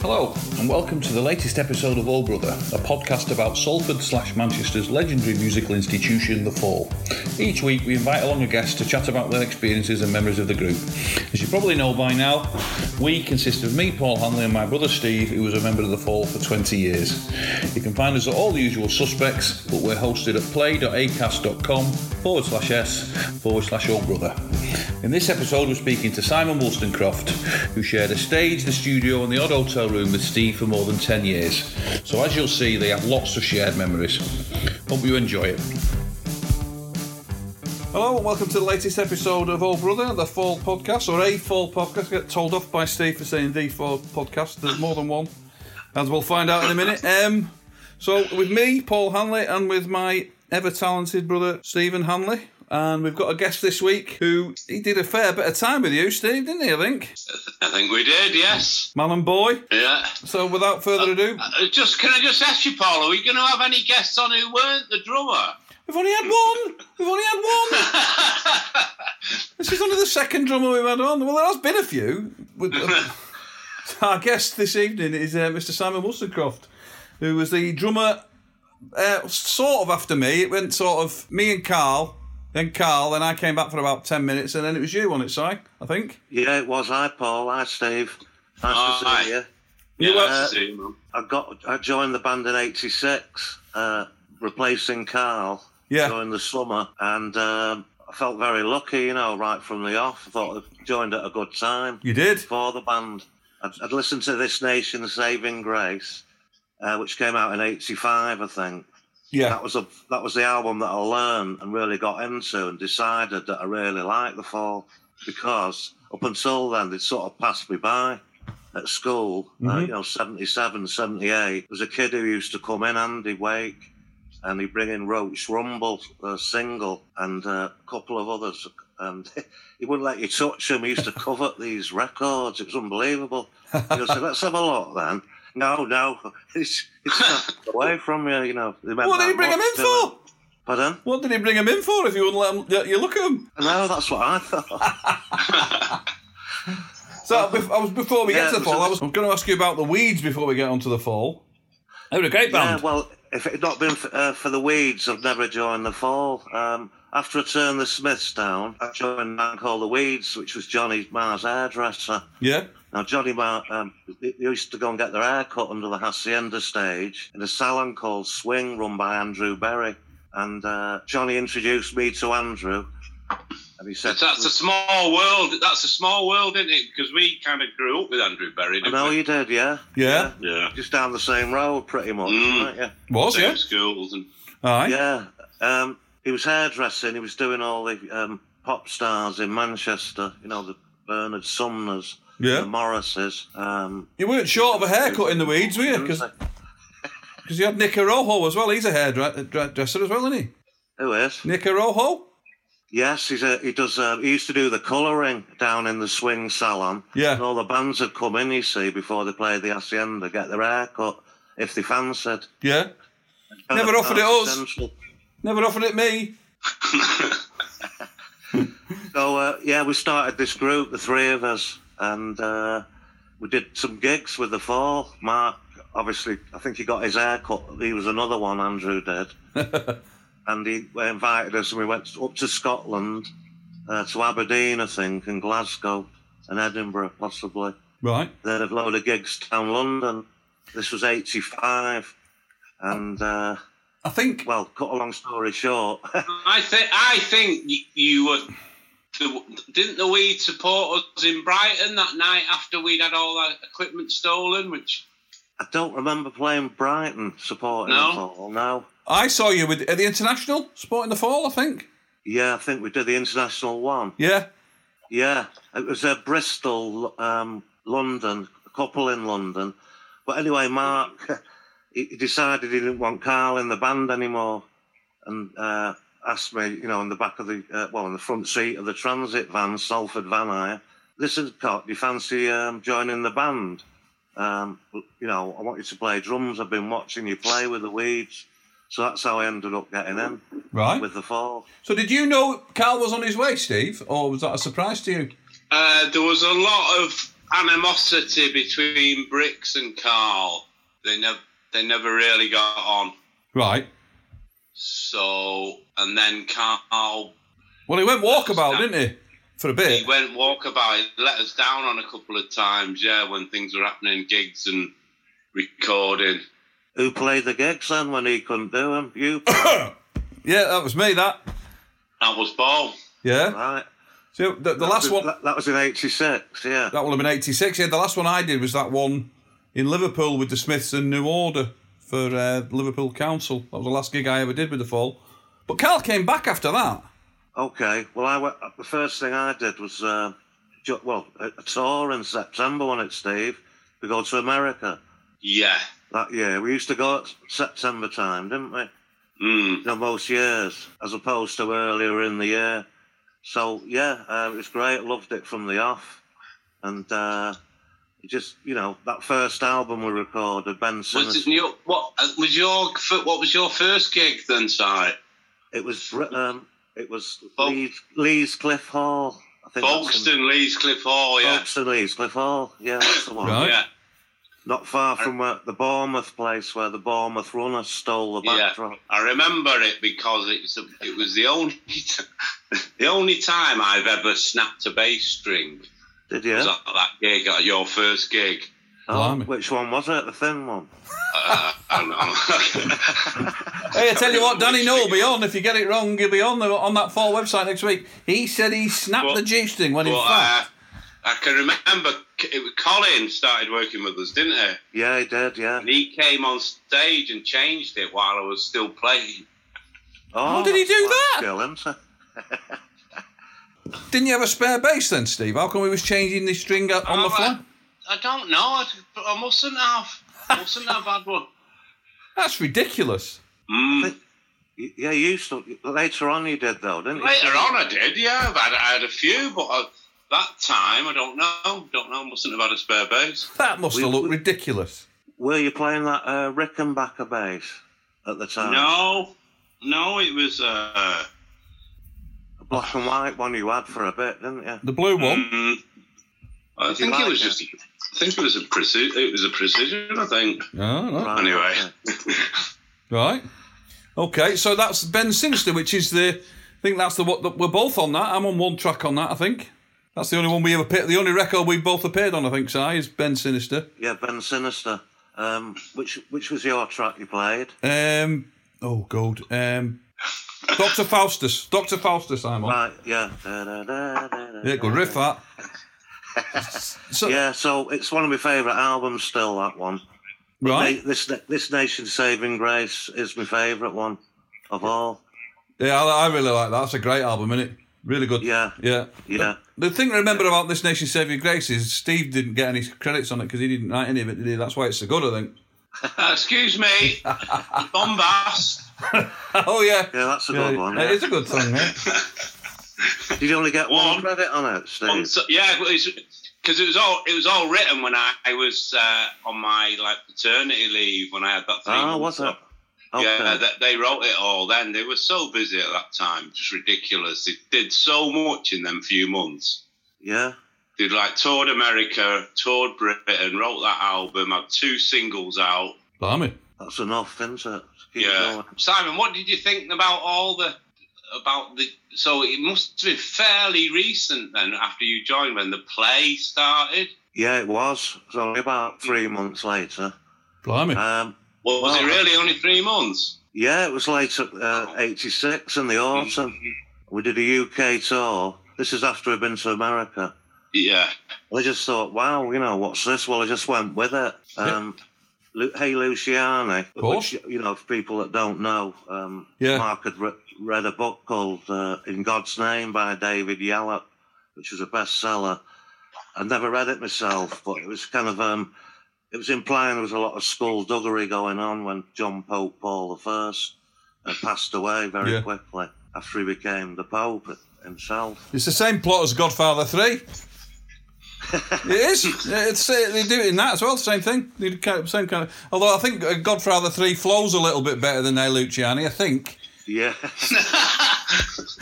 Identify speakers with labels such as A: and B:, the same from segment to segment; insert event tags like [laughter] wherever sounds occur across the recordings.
A: Hello, and welcome to the latest episode of All Brother, a podcast about Salford slash Manchester's legendary musical institution, The Fall. Each week, we invite along a guest to chat about their experiences and memories of the group. As you probably know by now, we consist of me, Paul Hanley, and my brother Steve, who was a member of The Fall for 20 years. You can find us at all the usual suspects, but we're hosted at play.acast.com forward slash s forward slash All Brother. In this episode, we're speaking to Simon Wollstonecroft, who shared a stage, the studio, and the odd hotel room with Steve for more than 10 years. So, as you'll see, they have lots of shared memories. Hope you enjoy it. Hello, and welcome to the latest episode of Old Brother, the Fall podcast, or a Fall podcast. I get told off by Steve for saying the Fall podcast. There's more than one, as we'll find out in a minute. Um, so, with me, Paul Hanley, and with my ever talented brother, Stephen Hanley. And we've got a guest this week who he did a fair bit of time with you, Steve, didn't he? I think
B: I think we did, yes.
A: man and boy.
B: Yeah.
A: So without further ado,
B: Uh, Just can I just ask you, Paul? Are we going to have any guests on who weren't the drummer?
A: we've only had one. We've only had one. this is only the second drummer we've had on. Well, there has been a few. With- uh, Our guest this evening is uh, Mr. Simon Wollstonecroft, who was the drummer, uh, sort of after me. It went sort of me and Carl, then Carl, then I came back for about ten minutes, and then it was you on it, Si. I think.
C: Yeah, it was. I, Paul. I, Steve. Nice to
B: Aye.
C: see you.
B: Yeah,
A: were-
B: that's the same, man.
C: I got. I joined the band in '86, uh, replacing Carl
A: Yeah.
C: during the summer, and um, I felt very lucky. You know, right from the off, I thought I joined at a good time
A: You did.
C: for the band. I'd, I'd listened to This Nation, Saving Grace, uh, which came out in '85, I think.
A: Yeah.
C: That was a that was the album that I learned and really got into and decided that I really liked the fall because up until then they'd sort of passed me by at school.
A: Mm-hmm.
C: Uh, you know, 77, 78. There was a kid who used to come in, Andy Wake, and he'd bring in Roach Rumble, a single, and uh, a couple of others. And [laughs] he wouldn't let you touch him. He used
A: [laughs]
C: to covet these records. It was unbelievable. You said, let's have a look then. No, no, [laughs] it's it's not away from you. You know, They meant
A: What did
C: that
A: he bring him
C: much
A: in
C: to him.
A: for?
C: Pardon?
A: What did he bring him in for? If you wouldn't let him, uh, you look at him.
C: No, that's what I thought.
A: So bef- I was before we
C: Yeah,
A: get to the
C: so-
A: fall, I was going to ask you about the weeds before we get onto the fall. They were a great
C: yeah,
A: band.
C: well, if it had not been for, uh, for the weeds, I'd never joined the fall. Um, after I turned the Smiths down, I joined a man called the Weeds, which was Johnny Marr's hairdresser.
A: yeah,
C: Now, Johnny Marr, um, they they used to go and get their hair cut under the Hacienda stage in a salon called Swing, run by Andrew Berry. And uh, Johnny introduced me to Andrew, and he said,
B: That's, that's a small world. That's a small world, isn't it? Because we kind of grew up with Andrew Berry.
C: "I
B: Didn't
C: know
B: we?
C: you did, yeah?
A: yeah,
B: Yeah.
C: Just down the same road, pretty much,
B: Mm.
C: weren't you?
A: was
B: Same
A: yeah,
B: schools and
A: all right,
C: Yeah. Um, he was hairdressing. He was doing all the um, pop stars in Manchester. You know, the Bernard Sumners,
A: Yeah.
C: the Morrises. Um,
A: You weren't short of a haircut in the weeds, were you? Because you had Nick Arojo as well. He's a hairdresser as well, isn't
C: who is?
A: he? Nick Arojo.
C: Yes, he's a, he does. Uh, he used to do the colouring down in the swing salon.
A: Yeah.
C: And all the bands had come in, you see, before they played the hacienda, get their hair cut if they fancied. uh,
A: Yeah, Never
C: Kind of
A: offered it
C: arts
A: us.
C: essential.
A: never offered it me.
C: So uh, yeah, we started this group, the three of us, and uh, we did some gigs with the Fall. Mark, obviously, I think he got his hair cut. He was another one Andrew did. and he invited us, and we went up to Scotland, uh, to Aberdeen, I think, and Glasgow, and Edinburgh, possibly.
A: Right.
C: Then a load of gigs down London. This was 85. And, uh,
A: I think.
C: well, cut a long story short, [laughs]
B: I think I think y- you were. The, didn't the weed support us in Brighton that night after we'd had all our equipment stolen? Which
C: I don't remember playing Brighton supporting
B: No?
C: at all. No.
A: I saw you with at the international sport in the fall. I think.
C: Yeah, I think we did the international one.
A: Yeah.
C: Yeah, it was uh, Bristol, um, London, a couple in London. But anyway, Mark, [laughs] he he decided he didn't want Carl in the band anymore and uh, asked me, you know, in the back of the, uh, well, in the front seat of the transit van, Salford Van Eyre, listen, Cot, do you fancy um, joining the band? Um, you know, I want you to play drums. I've been watching you play with the Weeds. So that's how I ended up getting in
A: Right.
C: with the Fall.
A: So did you know Carl was on his way, Steve, or was that a surprise to you?
B: uh, there was a lot of animosity between Bricks and Carl. They never they never really got on.
A: Right.
B: So and then Carl
A: Well, he went walkabout, didn't he? For a bit.
B: he went walkabout. He let us down on a couple of times. Yeah, when things were happening, gigs and recording.
C: Who played the gigs then when he couldn't do them?
A: [coughs]
C: You,
A: Yeah, that was me. That.
B: That was Paul.
A: Yeah.
C: right?
A: So the, the last one
C: That, that was in '86. Yeah.
A: that would have been eighty six. Yeah, the last one I did was that one in Liverpool with the Smiths and New Order for uh, Liverpool Council. That was the last gig I ever did with the fall. But Carl came back after that.
C: Okay. Well, I went, the first thing I did was uh, ju- well a, a tour in September on it, Steve. We go to America
B: Yeah.
C: that year. We used to go at September time, didn't we?
B: Mm.
C: You know, most years, as opposed to earlier in the year. So yeah, uh, it was great. Loved it from the off, and uh, it just you know that first album we recorded, Ben Simmons.
B: Was it your what uh, was your fir- what was your first gig then, Si?
C: It was um, it was
B: Bol-
C: Leeds, Leeds Cliff Hall. I think that's
B: Folkestone,
C: in-
B: Leescliff Hall. Yeah.
C: Folkestone, Leeds Cliff Hall. Yeah, that's the one.
A: Right.
B: Yeah.
C: Not
B: Uh,
C: far from where, the Bournemouth place where the Bournemouth runner stole the
B: Yeah,
C: backdrop.
B: I remember it because it's a, it was the only [laughs] t- the only time I've ever snapped a bass string
C: Did you?
B: was at that gig at your first gig.
C: Oh,
A: Blimey.
C: which one was it? The thin one.
B: I
A: [laughs]
B: don't know. [laughs]
A: Hey, I tell you what, Danny Noel will be on. If you get it wrong, he'll be on the, on that fall website next week. He said he snapped
B: Well-
A: the G string when in
B: But
A: fact.
B: uh, I can remember C- it was Colin started working with us, didn't he?
C: Yeah, he did. Yeah.
B: And he came on stage and changed it while I was still playing.
C: Oh,
A: How did he
C: that's
A: do
C: quite
A: that?
C: Skill, isn't it? uh,
A: Didn't you have a spare bass then, Steve? How come we was changing the string up on the
B: Oh, I-
A: fly?
B: I don't know. I, I mustn't have. Mustn't have had one.
A: That's ridiculous.
C: Y- Yeah, you used to. Later on, you did though, didn't you?
B: Later on, I did. Yeah, I've had, I had a few, but I, that time I don't know. Don't know. Mustn't have had a spare bass.
A: That must have looked ridiculous.
C: Were you playing that uh, Rickenbacker bass at the time?
B: No, no. It was. Uh,
C: The black and white one you had for a bit, didn't you?
A: The blue one.
B: mm, I
C: Did you
B: think
C: like
B: it was
C: it?
B: just. I think it was a precision. It was a precision. I think.
C: Mm-hmm.
A: Oh, right.
C: Right,
B: Anyway.
C: okay.
A: Right. Okay, so that's Ben Sinister, which is the. I think that's the what the, we're both on that. I'm on one track on that. I think that's the only one we ever. Pe- the only record we both appeared on. I think, Si, is Ben Sinister.
C: Yeah, Ben Sinister. Um, which which was your track you played?
A: Um. Oh God. Um. Doctor Faustus. Doctor Faustus. I'm on.
C: Right, yeah. Da, da, da, da, da.
A: Yeah, good riff that. So
C: Yeah, so it's one of my favourite albums still, that one.
A: right.
C: Na- This Na- this Nation's Saving Grace is my favourite one of all.
A: Yeah, I, I really like that. That's a great album, isn't it? Really good.
C: Yeah.
A: Yeah.
C: Yeah.
A: The thing to remember about this Nation Saving Grace is Steve didn't get any credits on it because he didn't write any of it, did he? That's why it's so good, I think.
B: [laughs]
A: [laughs]
B: Uh, excuse
C: [laughs]
B: me, bombast.
A: Oh yeah.
C: Yeah, that's a
A: Yeah,
C: good one.
A: It
C: yeah.
A: is a good song,
C: [laughs]
A: yeah.
C: Did you only get one
B: One.
C: credit on it, Steve?
B: On, so, yeah, because it was all it was all written when I, I was uh, on my like paternity leave when I had that thing.
C: Ah, was it? Okay.
B: Yeah, that they wrote it all then. They were so busy at that time, just ridiculous. They did so much in them few months.
C: Yeah.
B: did like toured America, toured Britain, wrote that album, had two singles out.
D: Blimey.
C: That's enough, isn't it? Keep
B: yeah,
C: going.
B: Simon, what did you think about all the about the? So it must have been fairly recent then, after you joined, when the play started.
C: Yeah, it was. It's only about three months later.
D: Blimey.
C: Um,
B: Well, was it
C: Wow.
B: really only three months?
C: yeah, it was late uh, 86 in the autumn. We did a UK tour. This is after I'd been to America.
B: Yeah,
C: I just thought, wow, you know, what's this? Well, I just went with it. Um, Lu- Hey Luciani,
D: course.
C: which, you know, for people that don't know, um,
D: Yeah.
C: Mark had re- read a book called uh, In God's Name by David Yallop, which was a bestseller. I'd never read it myself, but it was kind of, um, it was implying there was a lot of skullduggery going on when John Pope Paul I uh, passed away very
D: Yeah.
C: quickly after he became the Pope himself.
A: It's the same plot as Godfather
C: [laughs]
A: 3. it is. It's, uh, they do it in that as well. Same thing. They do kind of- same kind of. Although I think uh, Godfather 3 flows a little bit better than Hey Luciani, I think. [laughs]
C: Yeah.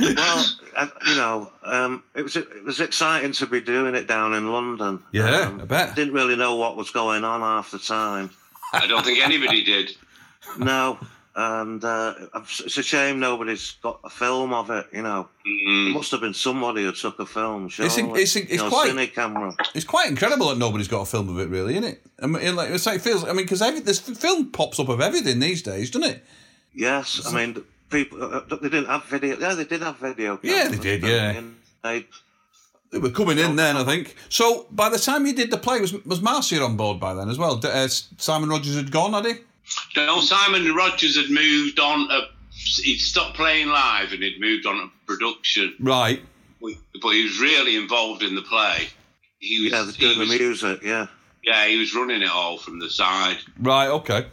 C: well, I, you know, um, it was it was exciting to be doing it down in London.
A: Yeah,
C: um,
A: I bet.
C: Didn't really know what was going on half the time.
B: I don't think
C: [laughs]
B: anybody did.
C: No, and uh, it's a shame nobody's got a film of it. You know, it must have been somebody who took a film.
A: Mm-hmm. It's in-
C: surely.
A: it's in-
C: you
A: it's
C: know,
A: quite-
C: cine camera.
A: It's quite incredible that nobody's got a film of it, really, isn't it? I mean, it, like, it's like it feels. I mean, because this film pops up of everything these days, doesn't it?
C: Yes, I mean people. Uh, they didn't have video. Yeah, they did have video.
A: Yeah, they
C: cameras,
A: did,
C: didn't
A: yeah.
C: they? And they-
A: They were coming in then, I think. So by the time you did the play, was was Marcia on board by then as well? D- uh, Simon Rogers had gone, had he?
B: No, Simon Rogers had moved on. To, he'd stopped playing live and he'd moved on to production,
A: Right.
B: but he was really involved in the play. He was,
C: yeah, they're
B: he
C: doing the
B: was-
C: music. Yeah.
B: yeah, he was running it all from the side.
A: Right. Okay.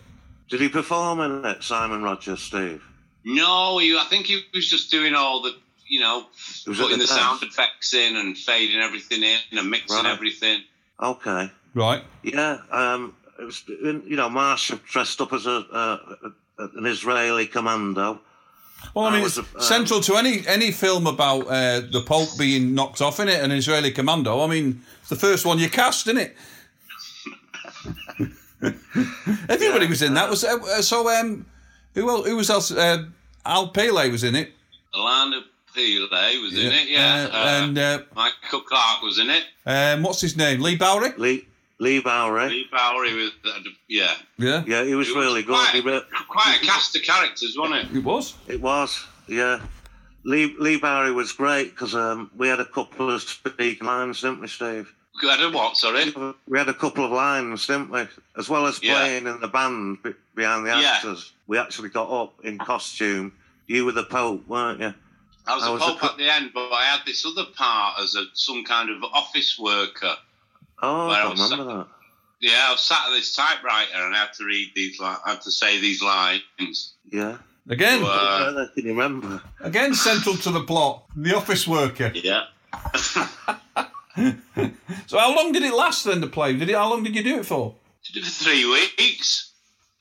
C: Did he perform in it, Simon Rogers, Steve?
B: No, he, I think he was just doing all the, you know,
C: was at
B: putting
C: the
B: the
C: time.
B: sound effects in and fading everything in and mixing
C: Right.
B: everything.
C: Okay.
A: Right.
C: Yeah, um, it was, you know, Marsh dressed up as a, uh, an Israeli commando.
A: Well, I mean,
C: I
A: it's
C: was, um,
A: central to any any film about uh, the Pope being knocked off in it, an Israeli commando. I mean, it's the first one you cast, isn't it? Everybody was in that. Was uh, uh, so. Um, who else? Who was else? Uh, Al Pele was in it.
B: Alana Pele was in it, yeah.
A: Uh, and uh,
B: Michael Clark was in it.
A: um, what's his name? Lee Bowery.
C: Lee, Lee Bowery.
B: Lee Bowery was, uh, yeah.
A: Yeah,
C: Yeah, he was
B: It was
C: really good.
B: Quite,
C: He re-
B: quite a cast of characters, wasn't it?
A: it was.
C: it was, yeah. Lee, Lee Bowery was great because um, we had a couple of speaking lines, didn't we, Steve?
B: Good at what, sorry?
C: We had a couple of lines, didn't we? As well as
B: Yeah.
C: playing in the band be- behind the
B: Yeah.
C: actors, we actually got up in costume. You were the Pope, weren't you?
B: I was
C: I
B: a
C: was a
B: pope
C: co-
B: at the end, but I had this other part as a, some kind of office worker.
C: Oh,
B: Well,
C: I
B: I
C: don't
B: was-
C: remember that.
B: Yeah, I was sat at this typewriter and I had to read these, li- I had to say these lines.
C: Yeah.
A: Again,
B: Uh,
C: Yeah, I can remember.
A: again, central to the plot. The office worker.
B: yeah.
A: So, how long did it last then? The play? Did it? How long did you do it for?
B: Did it for three weeks.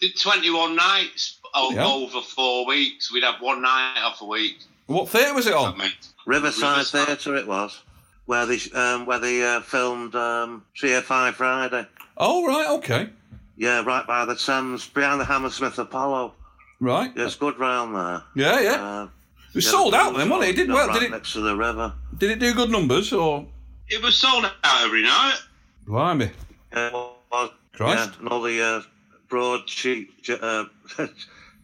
B: Did 21 nights o-
A: Yeah.
B: over four weeks. We'd have one night off a week.
A: What theatre was it on?
B: I mean,
C: Riverside,
B: Riverside.
C: Theatre it was, where they um, where they uh, filmed um, CFI Friday.
A: Oh right, okay,
C: Yeah, right by the Thames, behind the Hammersmith Apollo.
A: right.
C: Yeah, it's good round there.
A: Yeah, yeah.
C: Uh,
A: It was sold out then, wasn't it? It did
C: you know,
A: well.
C: right
A: Did it?
C: next to the river.
A: Did it do good numbers or?
B: It was sold out every night.
A: Blimey,
C: Yeah, it was.
A: Christ.
C: Yeah, and all the uh, broadsheet j- [laughs] uh,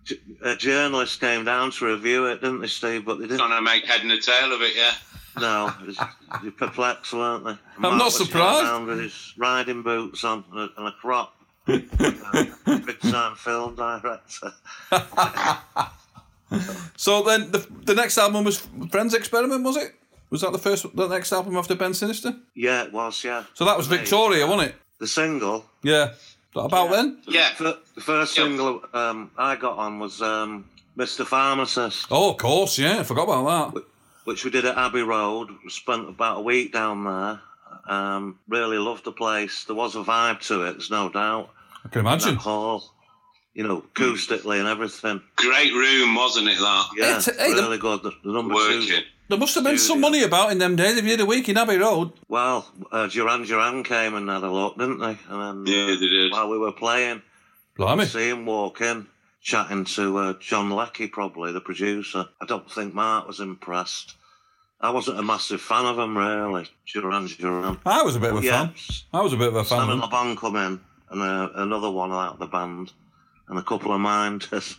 C: j- uh, journalists came down to review it, didn't they, Steve? But they didn't.
B: Trying to make head and a tail of it, yeah.
C: No, it was- they were perplexed, weren't they? I'm
A: not surprised.
C: With his riding boots on and a, and a
A: [laughs]
C: crop. uh, big time film director.
A: So then the the next album was Friends Experiment, was it? Was that the first the next album after Ben Sinister?
C: Yeah, it was. Yeah,
A: So that was Victoria, wasn't it?
C: the single.
A: Yeah. That about then?
B: Yeah.
C: fir- The first
B: Yeah.
C: single um, I got on was um, "Mr. Pharmacist,"
A: Oh, of course, yeah. I forgot about that.
C: which we did at Abbey Road. We spent about a week down there. Um, really loved the place. There was a vibe to it. There's no doubt.
A: I can
C: That
A: imagine.
C: hall, you know, acoustically and everything.
B: Great room, wasn't it, that?
C: Yeah,
A: It's- hey, the-
C: really good. The, the number two
B: Working.
A: There must have been some money about in them days. If you did a week in Abbey Road,
C: Well, uh, Duran Duran came and had a look, didn't they? And then uh,
B: Yeah, they did.
C: while we were
A: [laughs]
C: playing,
A: blimey.
C: see him walk in, chatting to uh, John Leckie, probably the producer. I don't think Mark was impressed. I wasn't a massive fan of him, really. Duran Duran.
A: I was a bit of a
C: Yeah.
A: fan. I was a bit of a fan. of
C: Sam and
A: them.
C: LeBon come in, and uh, another one out of the band, and a couple of mine [laughs] just,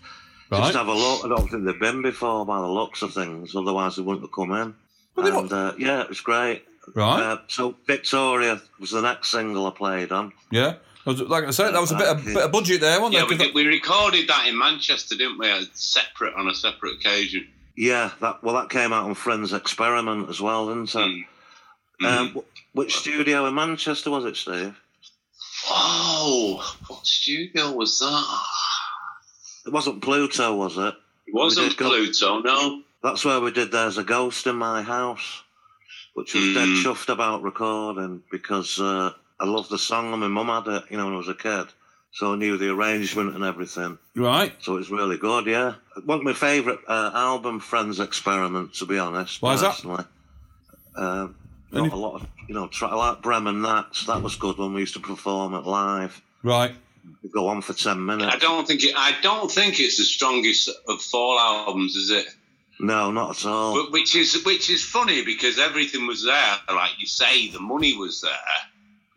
A: Right.
C: just have a look. I don't think they've been before by the looks of things, otherwise they wouldn't have come in.
A: Well, they
C: and uh, yeah, it was great.
A: Right.
C: Uh, so Victoria was the next single I played on.
A: yeah. I was- Like I said, that was a bit
C: uh,
A: of, bit of budget there, wasn't
B: Yeah,
A: there?
B: we,
A: 'Cause
B: did, we recorded that in Manchester, didn't we? Separate on a separate occasion.
C: Yeah, that well, that came out on Friends Experiment as well, didn't it? Um, wh- which studio in Manchester was it, Steve?
B: Oh, what studio was that?
C: It wasn't Pluto, was it?
B: It wasn't
C: did go-
B: Pluto, no.
C: That's where we did There's a Ghost in My House, which was dead chuffed about recording because uh, I loved the song and my mum had it, you know, when I was a kid. So I knew the arrangement and everything.
A: it- right.
C: So it was really good, yeah. It wasn't my favourite uh, album, Friends Experiment, to be honest.
A: Why is that?
C: personally. Um, got a lot of, you know, tra- I like Bremen Nats. That was good when we used to perform it live.
A: Right.
C: It'd go on for 10 minutes.
B: I don't think it, I don't think it's the strongest of Fall albums, is it?
C: No, not at all.
B: But which is which is funny because everything was there, like you say, the money was there,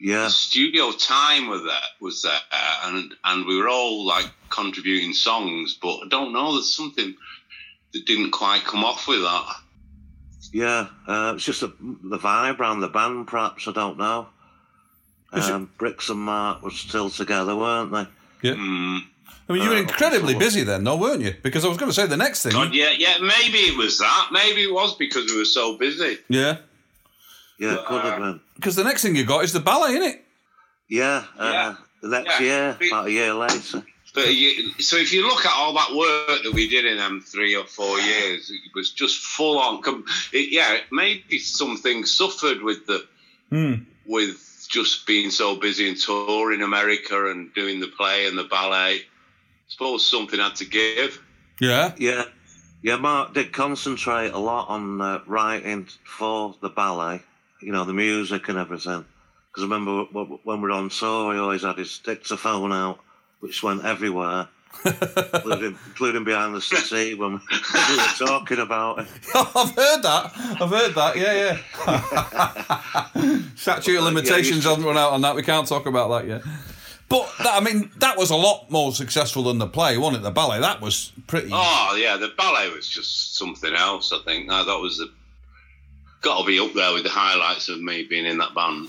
C: yeah.
B: the studio time was there, was there, and and we were all like contributing songs. But I don't know, there's something that didn't quite come off with that.
C: Yeah, uh, it's just the, the vibe around the band, perhaps. I don't know. Um, Bricks and Mark were still together, weren't they?
A: Yeah. I mean, you were
C: Uh,
A: incredibly busy then, though, weren't you? Because I was going to say the next thing.
B: God, yeah, yeah, maybe it was that. Maybe it was because we were so busy.
A: Yeah.
C: Yeah, it
B: Uh,
C: could have been.
A: Because the next thing you got is the ballet, innit?
C: Yeah, uh,
B: Yeah.
C: the next
B: Yeah.
C: year,
B: We-
C: about a year later.
B: But you, so if you look at all that work that we did in them three or four years, it was just full on. Com- it, yeah, maybe something suffered with the with just being so busy and touring America and doing the play and the ballet. I suppose something had to give.
A: Yeah.
C: Yeah, yeah. Mark did concentrate a lot on uh, writing for the ballet, you know, the music and everything. Because remember w- w- when we were on tour, he always had his dictaphone out, which went everywhere, including, including behind the sea when we we were talking about it.
A: [laughs] I've heard that. I've heard that. Yeah, yeah. [laughs] Statute of limitations hasn't run out on that. We can't talk about that yet. But that, I mean, that was a lot more successful than the play, wasn't it? The ballet that was pretty.
B: Oh yeah, the ballet was just something else. I think that, that was the got to be up there with the highlights of me being in that band.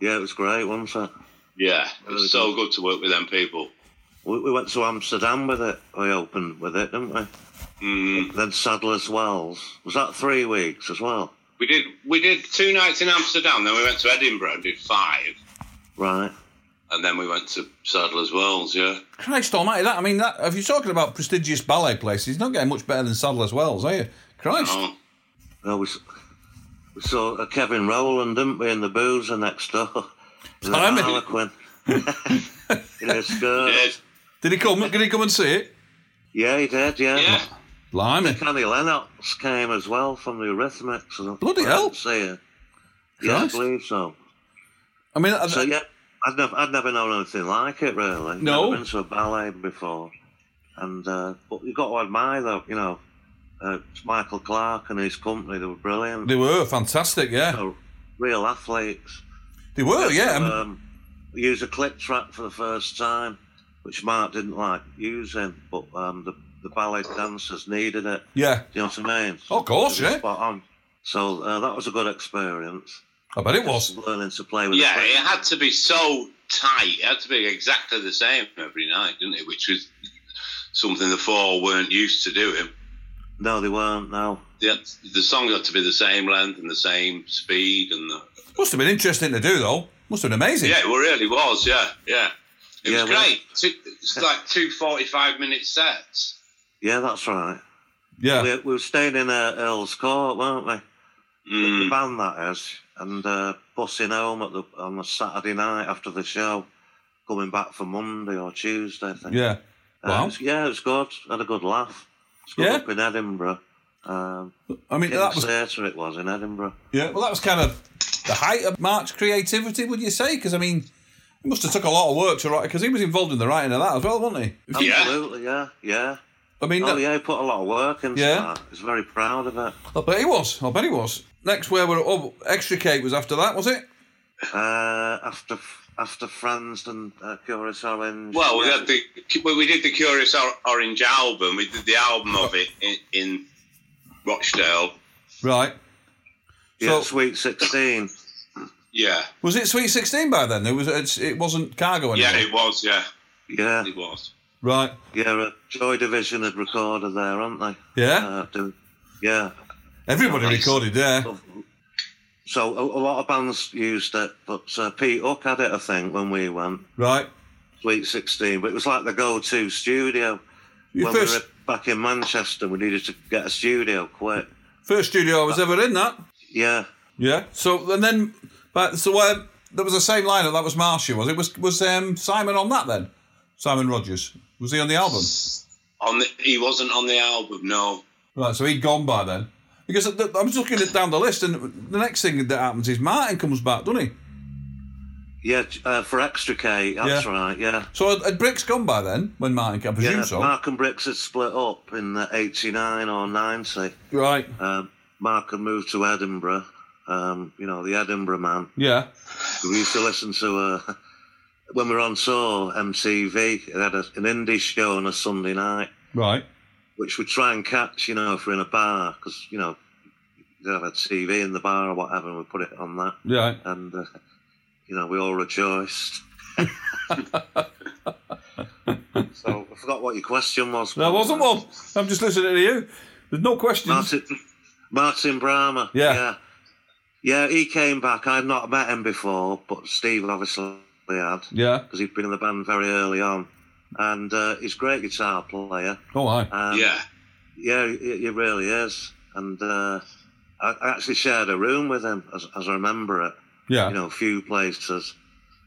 C: Yeah, it was great, wasn't it?
B: Yeah, it was so good to work with them people.
C: We, we went to Amsterdam with it. We opened with it, didn't we? Mm. Then Sadler's Wells. Was that three weeks as well?
B: We did we did two nights in Amsterdam, then we went to Edinburgh and did five,
C: Right.
B: and then we went to Sadler's Wells. Yeah,
A: Christ Almighty! That I mean, that if you're talking about prestigious ballet places, it's not getting much better than Sadler's Wells, are you? Christ!
B: oh,
C: No, we, s- we saw uh, Kevin Rowland, didn't we, in the boozer next door? [laughs] In the
A: Blimey. [laughs]
C: Harlequin. in his skirt.
B: yeah,
A: Did he come? Did he come and see it?
C: Yeah, he did, yeah.
B: yeah.
A: Blimey!
C: Kenny Lennox came as well from the Eurythmics. and-
A: Bloody
C: I didn't
A: hell.
C: See it. Yeah, I
A: Christ.
C: believe so.
A: I mean, I-
C: So, yeah, I'd never, I'd never known anything like it, really.
A: No.
C: Never been to a ballet before. And, uh, but you've got to admire, though, you know, uh, Michael Clark and his company, they were brilliant.
A: they were fantastic. Yeah,
C: They're real athletes.
A: they were. Yeah, um,
C: um, we used a click track for the first time, which Mark didn't like using, but um, the, the ballet dancers needed it.
A: yeah.
C: Do you know what I mean?
A: Of course,
C: It was
A: yeah.
C: Spot on. So uh, that was a good experience.
A: I bet it was.
C: Learning to play with
B: Yeah,
C: the
B: it had to be so tight. It had to be exactly the same every night, didn't it? Which was something the four weren't used to doing.
C: No, they weren't, no.
B: They had- the song had to be the same length and the same speed, and the,
A: Must have been interesting to do, though. Must have been amazing.
B: yeah, it really was. Yeah, yeah, it
C: Yeah,
B: was
C: well-
B: great. Two- It's like two forty-five minute sets.
C: Yeah, that's right.
A: yeah.
C: We, we were staying in uh, Earl's Court, weren't we?
B: Mm.
C: The band, that is. And uh, bussing home at the, on a Saturday night after the show, coming back for Monday or Tuesday, I think.
A: Yeah.
C: Uh,
A: Wow.
C: it's- yeah, it was good. Had a good laugh. It's good
A: Yeah?
C: up in Edinburgh. Um,
A: I mean, that
C: that
A: was
C: theatre it was in Edinburgh.
A: yeah. Well, that was kind of the height of Mark's creativity, would you say? Because I mean, it must have took a lot of work to write because he was involved in the writing of that as well, wasn't he?
B: Yeah.
C: Absolutely, Oh, yeah, yeah.
A: I mean,
C: Oh
A: that-
C: yeah, he put a lot of work into
A: Yeah.
C: that. He's very proud of it.
A: I bet he was. I bet he was. Next, where we're oh, extricate was after that, was it?
C: Uh, after after Friends and uh, Curious Orange.
B: Well, we
C: yeah.
B: had the well, we did the Curious Or- Orange album. We did the album of it in, in Rochdale.
A: Right.
C: yeah,
A: so-
C: Sweet Sixteen.
B: Yeah,
A: Was it Sweet Sixteen by then? It was. It's, it wasn't cargo anymore.
B: yeah, it was. Yeah,
C: Yeah,
B: it was.
A: Right.
C: yeah. uh, Joy Division had recorded there, hadn't they?
A: Yeah.
C: Uh, do, yeah.
A: Everybody recorded there.
C: So a, a lot of bands used it, but uh, Pete Hook had it, I think, when we went
A: Right.
C: Sweet Sixteen. But it was like the go-to studio
A: Your
C: when we
A: first
C: were back in Manchester. We needed to get a studio quick.
A: first studio I was ever in. That.
C: Yeah,
A: Yeah. So and then, but so where there was the same lineup. That was Marcia. Was it? Was was um, Simon on that then? Simon Rogers was he on the album?
B: On the, he wasn't on the album. No,
A: Right. So he'd gone by then. Because the, I was looking at down the list, and the next thing that happens is Martin comes back, doesn't he?
C: yeah. Uh, for Extricate, that's
A: Yeah.
C: right. Yeah.
A: So had, had Bricks gone by then when Martin? came? I presume
C: Yeah,
A: so.
C: Mark and Bricks had split up in uh, 89 or 90.
A: right.
C: Um, Mark had moved to Edinburgh, um, you know, the Edinburgh man.
A: Yeah.
C: We used to listen to, uh, [laughs] when we were on tour, MTV, it had a, an indie show on a Sunday night,
A: Right.
C: which we'd try and catch, you know, if we're in a bar, because, you know, they'd have a TV in the bar or whatever, and we put it on that.
A: Yeah.
C: And, uh, you know, we all rejoiced. [laughs] so I forgot what your question was.
A: That wasn't one. I'm just listening to you. There's no questions.
C: Martin, Martin Brahma.
A: Yeah.
C: yeah. Yeah, he came back. I'd not met him before, but Steve obviously had,
A: Yeah.
C: because he'd been in the band very early on. And uh, he's a great guitar player.
A: Oh, aye.
C: Um,
B: yeah,
C: Yeah, he, he really is. And uh, I, I actually shared a room with him, as, as I remember it,
A: Yeah.
C: you know, a few places.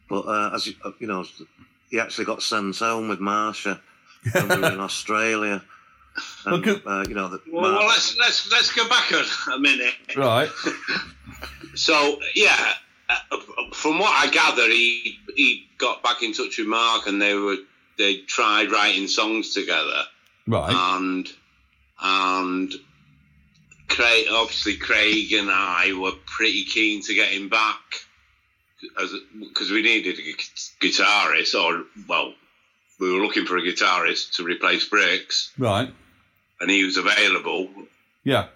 C: But uh, as you, uh, you know, he actually got sent home with Marcia when we
B: [laughs]
C: were in Australia. And,
A: Okay.
C: uh, you know, the,
B: well,
C: Marcia-
B: well, let's let's let's go back a, a minute.
A: Right.
B: So yeah, uh, from what I gather, he he got back in touch with Mark, and they were they tried writing songs together,
A: Right.
B: and and Craig obviously Craig and I were pretty keen to get him back as because we needed a gu- guitarist, or well, we were looking for a guitarist to replace Bricks,
A: right.
B: and he was available.
A: Yeah.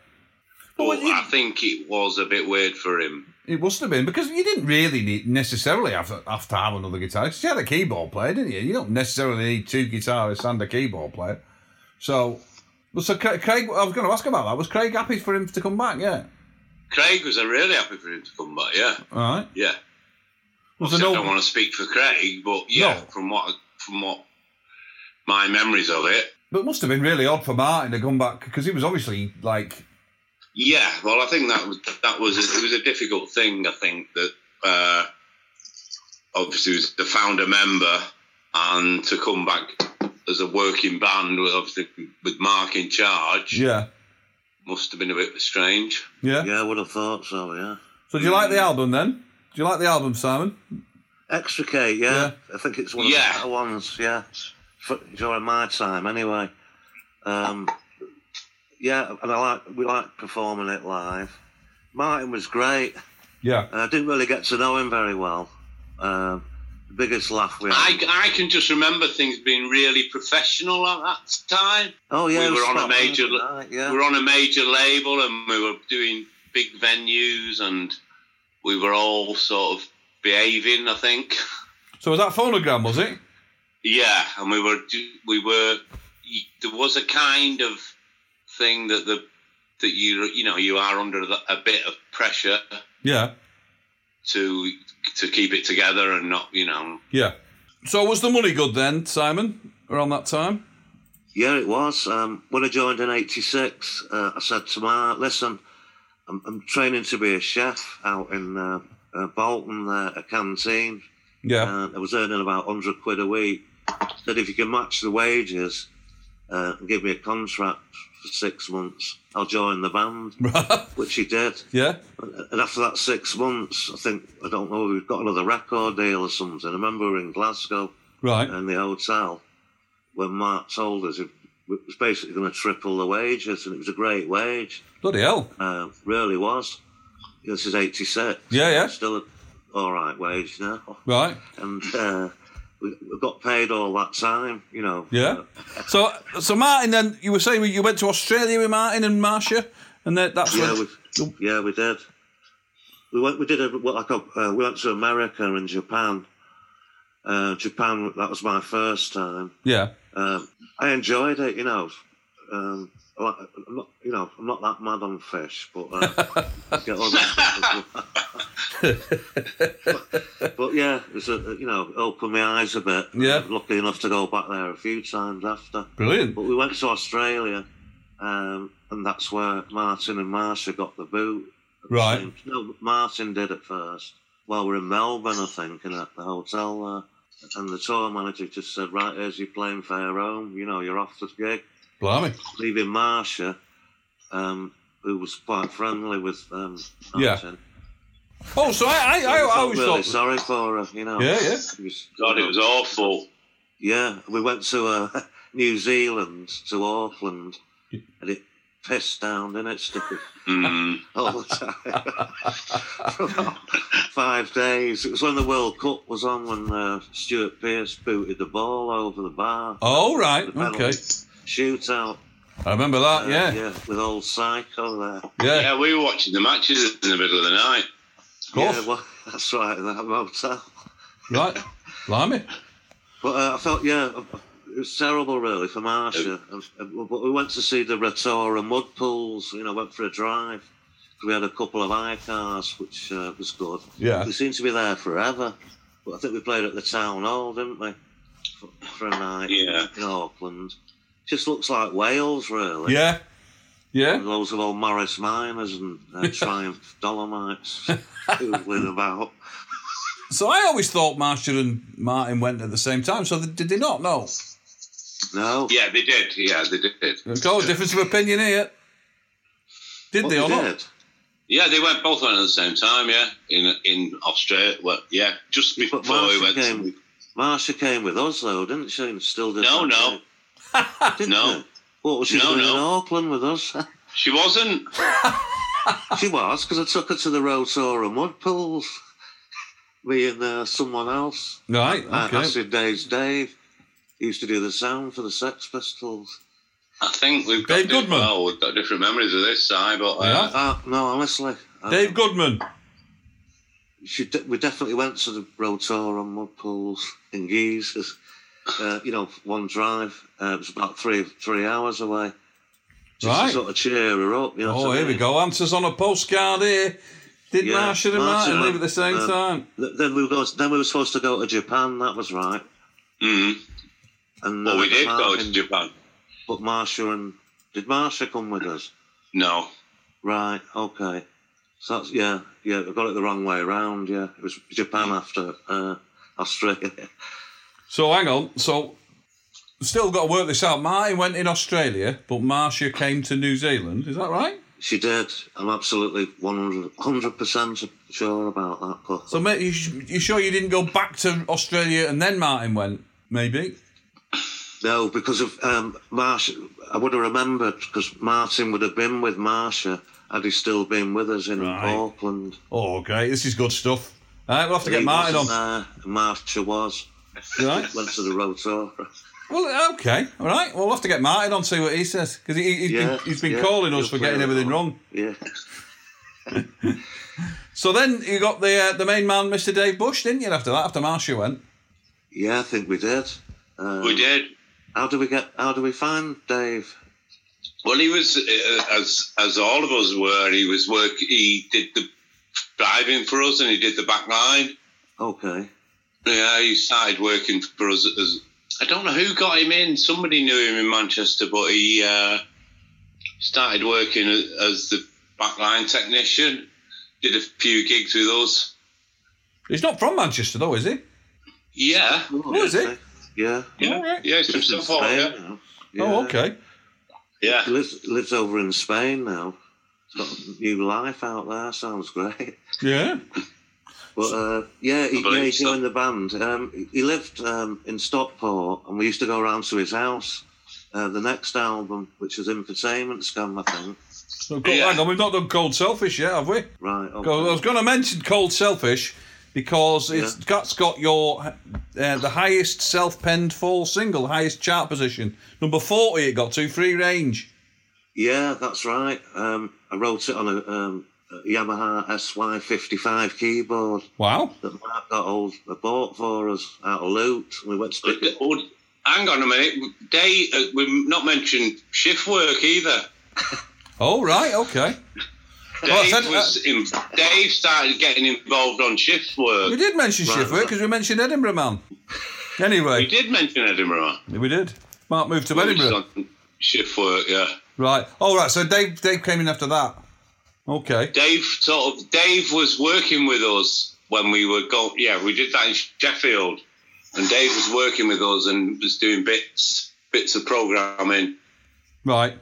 B: But
A: But when you-
B: I think it was a bit weird for him.
A: It must have been because you didn't really need necessarily have to, have to have another guitarist. You had a keyboard player, didn't you? You don't necessarily need two guitarists and a keyboard player. So, well, so Cra- Craig, I was going to ask about that. Was Craig happy for him to come back? Yeah.
B: Craig was uh, really happy for him to come back. Yeah,
A: All right.
B: yeah.
A: Was
B: Obviously, I don't want to speak for Craig, but yeah,
A: No.
B: from what from what my memories of it,
A: But it must have been really odd for Martin to come back because he was obviously like,
B: yeah. Well, I think that was that was it was a difficult thing. I think that uh, obviously he was the founder member, and to come back as a working band with obviously with Mark in charge
A: yeah,
B: must have been a bit strange.
A: yeah.
C: Yeah, I would have thought so, yeah.
A: So, do you like the album then? Do you like the album, Simon?
C: Extricate, yeah. I think it's one of
B: Yeah.
C: the better ones, yeah. For, during my time, anyway. Um, yeah, and I like we like performing it live. Martin was great.
A: Yeah.
C: I didn't really get to know him very well. Um, the biggest laugh we had.
B: I, I can just remember things being really professional at that time.
C: oh yeah,
B: we
C: it was
B: were on a
C: about
B: major-
C: Wednesday night, yeah.
B: we were on a major label and we were doing big venues and we were all sort of behaving i think
A: So was that phonogram? Was it?
B: yeah and we were ju- we were there was a kind of thing that the that you you know you are under the, a bit of pressure
A: Yeah.
B: to to keep it together and not you know
A: Yeah. So was the money good then, Simon? Around that time?
C: Yeah, it was. Um, when I joined in '86, uh, I said to Mark, "Listen, I'm, I'm training to be a chef out in uh, uh, Bolton, uh, a canteen. Uh,
A: Yeah.
B: Uh,
C: And I was earning about 100 quid a week." Said if you can match the wages, uh, and give me a contract for six months. I'll join the band, which he did.
A: Yeah.
C: And after that six months, I think, I don't know, we've got another record deal or something. I remember we were in Glasgow
A: Right.
C: in the hotel when Mark told us it was basically going to triple the wages, and it was a great wage.
A: Bloody hell.
C: Uh, really was. This is 86.
A: Yeah, yeah.
C: Still an all right wage now.
A: Right.
C: And uh, we, we got paid all that time, you know.
A: Yeah.
C: uh,
A: So, so Martin, then you were saying you went to Australia with Martin and Marcia, and that, that's
C: Yeah,
A: when-
C: we, yeah, we did. We went. We did a what like a, uh, we went to America and Japan. Uh, Japan. That was my first time.
A: yeah,
C: Um, I enjoyed it. You know. Um, I like- I'm not, you know, I'm not that mad on fish, but uh, get on. but, but yeah, it's a, you know, it opened my eyes a bit.
A: Yeah.
C: lucky enough to go back there a few times after.
A: brilliant.
C: But we went to Australia, um, and that's where Martin and Marcia got the boot.
A: Right.
C: No, Martin did it first. While we we're in Melbourne, I think, and at the hotel there. And the tour manager just said, Right, here's your plane fare home. You know, you're off this gig.
A: Blimey.
C: Leaving Marcia, um, who was quite friendly with um,
A: Yeah.
C: Martin.
A: Oh, so I, I, I, I
C: I felt
A: always
C: really
A: thought.
C: sorry for her, you know.
A: Yeah, yeah.
C: She was-
B: God, it was awful.
C: yeah, we went to uh, [laughs] New Zealand to Auckland, and it pissed down, didn't it, Steve?
B: Mm.
C: [laughs] All the time. [laughs] For about Five days. It was when the World Cup was on when uh, Stuart Pearce booted the ball over the bar.
A: Oh right,
C: The penalty
A: okay.
C: Shootout.
A: I remember
C: uh,
A: that. Yeah,
C: yeah. With old Psycho there.
A: yeah.
B: Yeah, we were watching the matches in the middle of the night.
A: course.
C: Yeah, well, [laughs] that's right, in that motel.
A: Right. Blimey.
C: But uh, I felt, yeah, it was terrible, really, for Marcia. And, and, but we went to see the Rotora mud pools, you know, went for a drive. We had a couple of eye cars, which uh, was good.
A: Yeah.
C: They seemed to be there forever. But I think we played at the town hall, didn't we? For, for a night
B: Yeah.
C: in Auckland. Just looks like Wales, really.
A: Yeah, yeah.
C: And loads of old Morris miners and uh, Triumph Dolomites oodling about.
A: So I always thought Marcia and Martin went at the same time. So they, did they not? No.
C: No.
B: Yeah, they did. Yeah, they did.
A: Go difference of opinion here. Did
C: What
A: they
C: they
A: or not?
C: did,
B: Yeah, they went both went at the same time. Yeah, in in Australia. Well, yeah, just
C: Yeah, but
B: before
C: Marcia
B: we went.
C: came-
B: To,
C: Marcia came with us, though, didn't she? And still did
B: No,
C: that
B: no.
C: gig. Didn't
B: No.
C: she? What was she
B: No,
C: doing in
B: no.
C: Auckland with us? [laughs]
B: she wasn't.
C: she was, because I took her to the Rotora mud pools. [laughs] Me and uh, someone else.
A: Right.
C: Uh,
A: Okay.
C: Acid Days Dave he used to do the sound for the Sex Pistols.
B: I think we've got
A: Dave
B: di-
A: Goodman.
B: well, we've got different memories of this side, but uh,
A: Yeah.
C: Uh, no, honestly. uh,
A: Dave Goodman.
C: she de- we definitely went to the Rotor on mud pools and geezers. Uh, you know, one drive. Uh, it was about three three hours away. Just
A: Right.
C: to sort of cheer her up. You know
A: Oh,
C: what I
A: here we
C: mean?
A: go. Answers on a postcard here. Did
C: Yeah,
A: Marcia and
C: Marcia
A: Martin
C: and-
A: leave at the same
C: uh,
A: time?
C: Th- Then we were then we were supposed to go to Japan. That was right.
B: mm,
C: And
B: well,
C: uh,
B: we did go to
C: Marvin-
B: Japan.
C: But Marcia and did Marcia come with us?
B: No,
C: Right. Okay. So that's yeah, yeah. I got it the wrong way around. Yeah, it was Japan
B: Mm.
C: after uh, Australia. [laughs]
A: So hang on. So still got to work this out. Martin went in Australia, but Marcia came to New Zealand. Is that right?
C: She did. I'm absolutely 100 percent sure about that. But
A: So mate, you, you sure you didn't go back to Australia and then Martin went? Maybe.
C: no, because of um, Marcia, I would have remembered because Martin would have been with Marcia had he still been with us in
A: Right.
C: Auckland.
A: Oh, great. This is good stuff. All right, we'll have to get
C: He
A: Martin on.
C: wasn't there, and Marcia was.
A: Right.
C: Went to the Rotor.
A: Well, okay. All right. Well, we'll have to get Martin on, see what he says. Because he, he's
C: Yeah,
A: been, he's been
C: yeah,
A: calling us
C: he'll
A: for getting
C: clear it
A: everything
C: up.
A: wrong.
C: Yeah.
A: So then you got the uh, the main man, Mr. Dave Bush, didn't you, after that, after Marcia went?
C: Yeah, I think we did. Um,
B: we did.
C: How do we get? How do we find Dave?
B: Well, he was uh, as as all of us were. He was work. He did the driving for us, and he did the back line.
C: Okay.
B: Yeah, he started working for us as I don't know who got him in. Somebody knew him in Manchester, but he uh, started working as, as the backline technician. Did a few gigs with us.
A: He's not from Manchester, though, is he?
B: Yeah,
A: Who is it?
C: Yeah.
B: yeah, yeah. It's from
C: He's in
B: St Paul.
C: Spain
B: Yeah.
C: now.
A: Oh, okay.
B: Yeah.
C: He lives, lives over in Spain now. Got a new life out there. Sounds great.
A: Yeah.
C: But uh, yeah, he, yeah, he
B: believe so.
C: joined the band. Um, he lived um, in Stockport, and we used to go around to his house. Uh, the next album, which was Infotainment Scam, I think.
A: So cool.
B: Yeah.
A: Hang on, we've not done Cold Selfish yet, have we?
C: Right. okay.
A: I was going to mention Cold Selfish because it's that's got your uh, the highest self-penned fall single, highest chart position, number forty. It got to free range.
C: Yeah, that's right. Um, I wrote it on a, um, a Yamaha SY55 keyboard
A: Wow.
C: that Mark got old, uh, bought for us out of loot. We went to
B: But,
C: pick it up.
B: oh, hang on a minute. Day uh, we've not mentioned shift work either.
A: Oh right. Okay. Well, I
B: Dave
A: said- uh,
B: was in, Dave started getting involved on shift work.
A: We did mention shift work because we mentioned Edinburgh man.
B: [laughs]
A: Anyway,
B: We did mention Edinburgh.
A: we did. Mark moved to
B: We
A: Edinburgh.
B: was on shift work, yeah.
A: Right. All right. So Dave Dave came in after that. Okay.
B: Dave sort of Dave was working with us when we were go yeah, we did that in Sheffield. And Dave was working with us and was doing bits bits of programming
A: Right.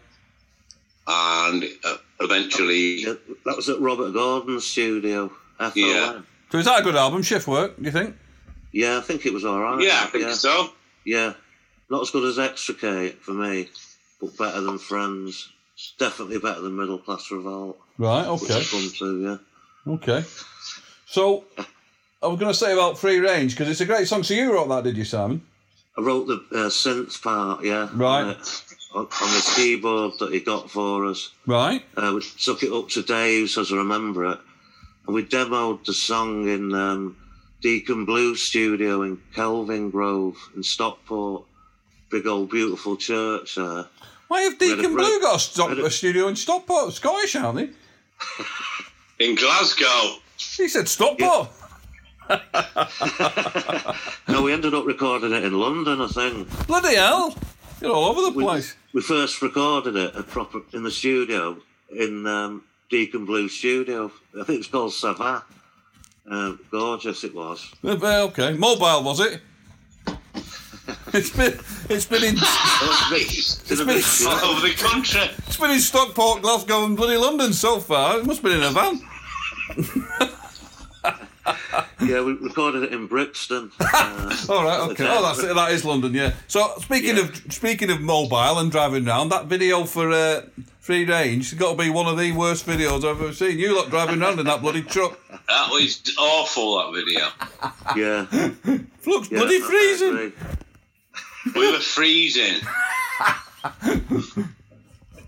B: and uh, eventually [laughs]
C: Yeah, that was at Robert Gordon's studio. FLM.
B: Yeah.
A: So is that a good album? Shift work. Do you think?
C: Yeah, I think it was all right.
B: yeah, I think
C: yeah,
B: so.
C: yeah. Not as good as Extricate for me, but better than Friends. Definitely better than Middle Class Revolt,
A: Right.
C: which
A: Okay.
C: I've come to, yeah.
A: Okay. So I was going to say about free range because it's a great song. So you wrote that, did you, Simon?
C: I wrote the uh, synth part, yeah.
A: Right.
C: On, it, on, on this keyboard that he got for us.
A: Right.
C: Uh, we took it up to Dave's, as I remember it. And we demoed the song in um, Deacon Blue Studio in Kelvin Grove in Stockport. Big old beautiful church there.
A: Why have
C: had a
A: Deacon
C: break.
A: Blue got a, stop,
C: We had a-
A: a studio in Stockport? Scottish, aren't they?
B: In Glasgow. [laughs]
A: He said Stockport.
C: No, we ended up recording it in London, I think.
A: Bloody hell! You're all over the
C: We,
A: place.
C: we first recorded it at proper in the studio in um, Deacon Blue Studio. I think it's called Savat. Um, gorgeous it was.
A: Uh, well, Okay, mobile was it? It's been [laughs] it's been in
C: It's been a bit
A: It's
B: All over the country.
A: it's been in Stockport, Glasgow, and bloody London so far. It must have been in a van.
C: Yeah, we recorded it in Brixton. Uh,
A: All right, okay.
C: Okay.
A: Oh, that's it. That is London, yeah. So speaking of speaking of mobile and driving round, that video for uh, Free Range has got to be one of the worst videos I've ever seen. You lot driving round in that bloody truck.
B: That was awful that video.
C: yeah,
A: Looks
C: yeah,
A: bloody
C: I- I
A: freezing.
C: agree.
B: We were freezing.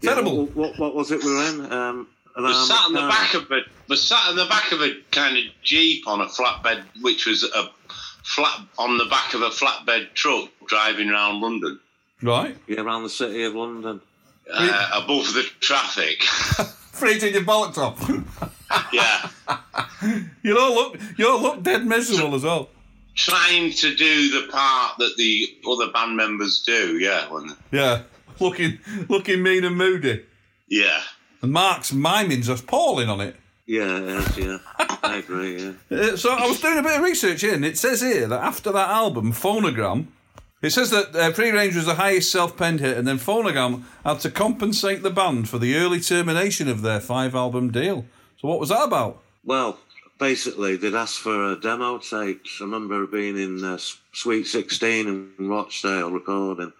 C: Yeah,
A: Terrible.
C: what, what, what was it we were in? Um, an
B: We
C: armoured
B: sat in the
C: car.
B: back of a we sat in the back of a kind of jeep on a flatbed, which was a flat on the back of a flatbed truck driving around London
A: Right.
C: Yeah, around the city of London.
B: uh, above the traffic. [laughs]
A: Freezing your bollocks off. [laughs]
C: [laughs]
B: yeah,
A: you all look you all look dead miserable as well.
B: trying to do the part that the other band members do. Yeah, when,
A: Yeah. Looking looking mean and moody.
B: yeah.
A: And Mark's miming's appalling on it.
C: Yeah, it is, yeah. I agree, yeah.
A: Uh, so I was doing a bit of research here, and it says here that after that album, Phonogram, it says that uh, Free Range was the highest self-penned hit, and then Phonogram had to compensate the band for the early termination of their five-album deal. So what was that about?
C: Well, basically, they'd asked for a demo tapes. I remember being in uh, S- Sweet 16 in Rochdale recording.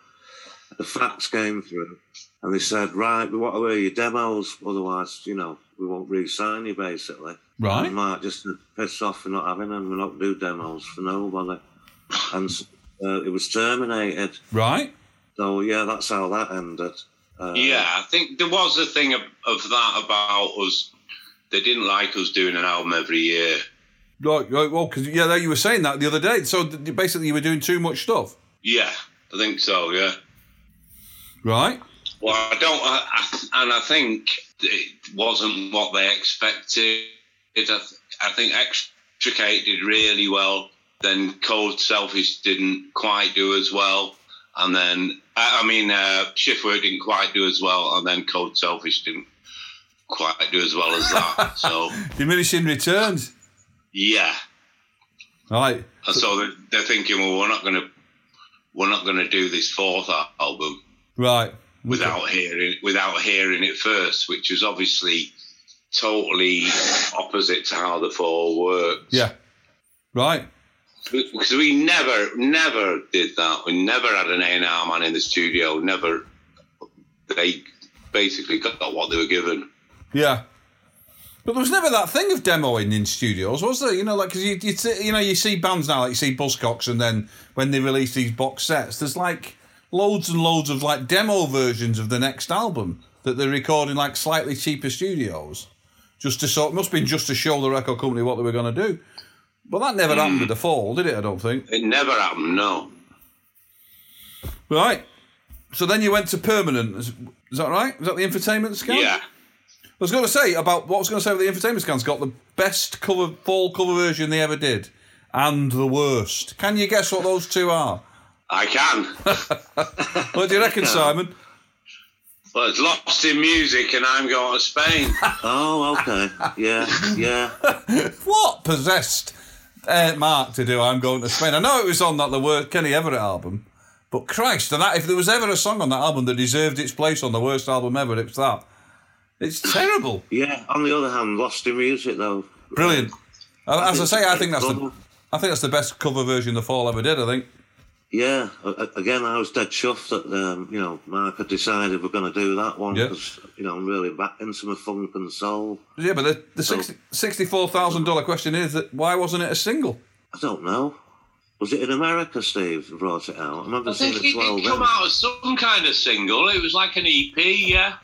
C: The fax came through, and they said, Right, we want to hear your demos, otherwise, you know, we won't re sign you, basically.
A: Right.
C: And Mark just pissed off for not having them. We're not do demos for nobody. And uh, it was terminated.
A: Right?
C: So, yeah, that's how that ended. Uh,
B: Yeah, I think there was a thing of, of that about us. They didn't like us doing an album every year.
A: Right, right well, because yeah, that- you were saying that the other day. So th- basically, you were doing too much stuff.
B: Yeah, I think so. Yeah.
A: Right?
B: Well, I don't, I, I, and I think it wasn't what they expected. It, I, th- I think Extricate did really well. Then Cold Selfish didn't quite do as well, and then I, I mean uh, Shiftwork didn't quite do as well, and then Cold Selfish didn't quite do as well as that. so
A: Diminishing returns.
B: yeah,
A: Right.
B: and so they're, they're thinking, well, we're not going to, we're not going to do this fourth album.
A: Right.
B: without hearing without hearing it first, which was obviously totally opposite to how the fall worked.
A: Yeah. Right.
B: because we never never did that. We never had an A and R man in the studio. Never. They basically got what they were given.
A: Yeah. But there was never that thing of demoing in studios, was there? You know, like because you you, see- you know you see bands now, like you see Buzzcocks, and then when they release these box sets, there's like loads and loads of like demo versions of the next album that they record in like slightly cheaper studios, just to sort must have been just to show the record company what they were going to do. But that never happened with the fall, did it? I don't think.
B: It never happened. No.
A: Right. So then you went to permanent. Is, is that right? Is that the infotainment scale?
B: Yeah.
A: I was going to say about what I was going to say. with The infotainment scan's got the best cover fall cover version they ever did, and the worst. Can you guess what those two are?
B: I can.
A: What do you reckon, Simon?
B: well, it's lost in music, and I'm going to Spain.
C: Oh, okay. Yeah, yeah.
A: What possessed uh, Mark to do? I'm going to Spain. I know it was on that the worst Kenny Everett album, but Christ, and that if there was ever a song on that album that deserved its place on the worst album ever, it's that. It's terrible.
C: Yeah. On the other hand, Lost in Music, though.
A: Brilliant. And as I say, I think that's the I think that's the best cover version the Fall ever did. I think.
C: Yeah. a- a- Again, I was dead chuffed that, um, you know, Mark had decided we're going to do that one
A: Yeah.
C: because, you know, I'm really back into my funk and soul.
A: Yeah, but the, the 60, $64,000 question is that why wasn't it a single?
C: I don't know. Was it in America, Steve, who brought it out? I remember
B: I
C: seeing
B: think
C: it
B: it
C: 12
B: did come
C: then.
B: out as some kind of single. It was like an EP, yeah.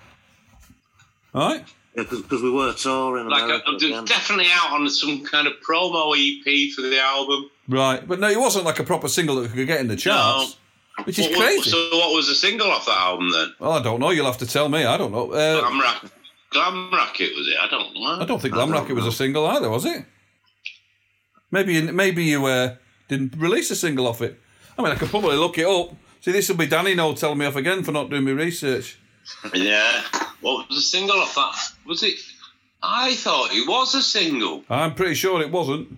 A: All right.
C: because we were touring
B: Like a,
C: America
B: it was
C: again.
B: definitely out on some kind of promo EP for the album.
A: Right. But no, it wasn't like a proper single that we could get in the charts, which is
B: What was-
A: crazy.
B: so what was the single off that album then?
A: well, I don't know. You'll have to tell me. I don't know. Uh,
B: Glam, Rack- Glam Racket was it? I don't know.
A: I don't think Glam Rocket was a single either, was it? Maybe you- maybe you uh, didn't release a single off it. I mean, I could probably look it up. See, this will be Danny No telling me off again for not doing my research.
B: Yeah. What was the single off that? Was it? I thought it was a single.
A: I'm pretty sure it wasn't. In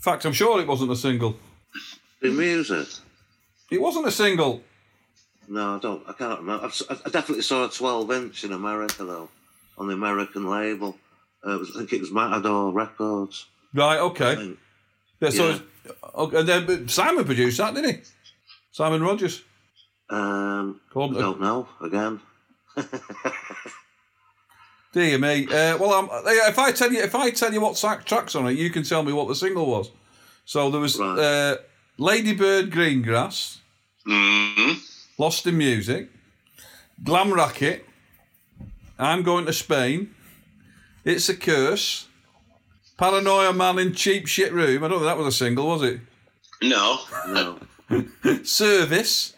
A: fact, I'm sure it wasn't a single.
C: The music?
A: It wasn't a single.
C: No, I don't. I can't remember. I've, si definitely saw a 12 inch in America though, on the American label. Uh, it was, I think it was Matador Records.
A: Right, okay.
C: think.
A: Yeah, so
C: Yeah.
A: it's- oh, and then but Simon produced that, didn't he? Simon Rogers.
C: Um,
A: Called-
C: I don't know. Again,
A: Dear me. Uh, well, I'm, yeah, if I tell you if I tell you what sack tracks on it, you can tell me what the single was. So there was
C: Right.
A: uh, Ladybird Greengrass,
B: Mm-hmm.
A: Lost in Music, Glam Racket, I'm Going to Spain, It's a Curse, Paranoia Man in Cheap Shit Room. I don't think that was a single, was it?
B: No,
C: no.
A: Service,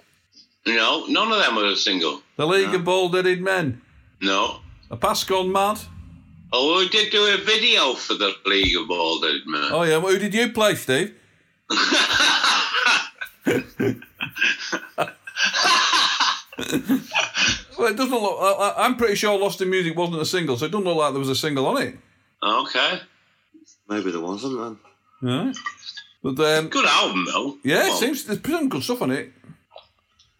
B: no, none of them were a single.
A: The League of Bald Headed Men,
B: No.
A: A Pass Gone Mad.
B: Oh, we did do a video for the League of Balded Man.
A: Oh yeah, well, who did you play,
B: [laughs]
A: Steve? well, it doesn't look. I, I- I'm pretty sure Lost in Music wasn't a single, so it doesn't look like there was a single on it. Oh.
B: Okay.
C: Maybe there wasn't then.
A: Yeah. But um,
B: Good album though.
A: yeah,
B: Well,
A: it seems there's some good stuff on it.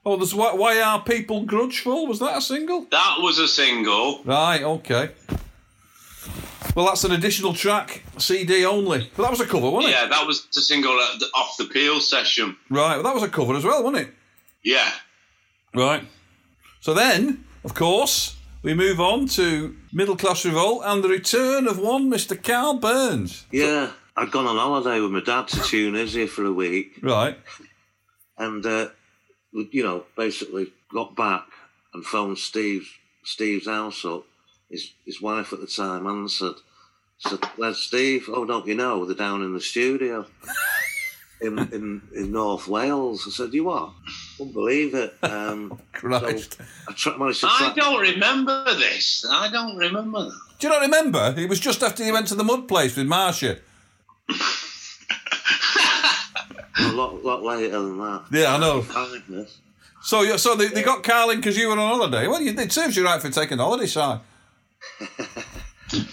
A: Oh, there's why, why are people grudgeful? Was that a single?
B: that was a single.
A: Right, okay. Well, that's an additional track, CD only. But that was a cover, wasn't it?
B: Yeah, that was a single at the- off the Peel session.
A: Right, well, that was a cover as well, wasn't it?
B: Yeah.
A: Right. So then, of course, we move on to Middle Class Revolt and the return of one Mr. Carl Burns.
C: Yeah, I'd gone on holiday with my dad to Tunisia for a week,
A: Right.
C: and uh, we- you know, basically got back and phoned Steve's Steve's house up. His his wife at the time answered. Said, "Where's Steve? Oh, don't you know? They're down in the [laughs] studio." In, in in North Wales, I said, "You what? Wouldn't believe it." Um,
A: Christ.
C: So I tra- managed to
B: I
C: track-
B: don't remember this. I don't remember that.
A: Do you not remember? It was just after he went to the mud place with Marcia.
C: a lot, lot later than that.
A: Yeah, I know.
C: Kindness.
A: So you so they, they got Carl in because you were on holiday. Well, you, it serves you right for taking a holiday, Si.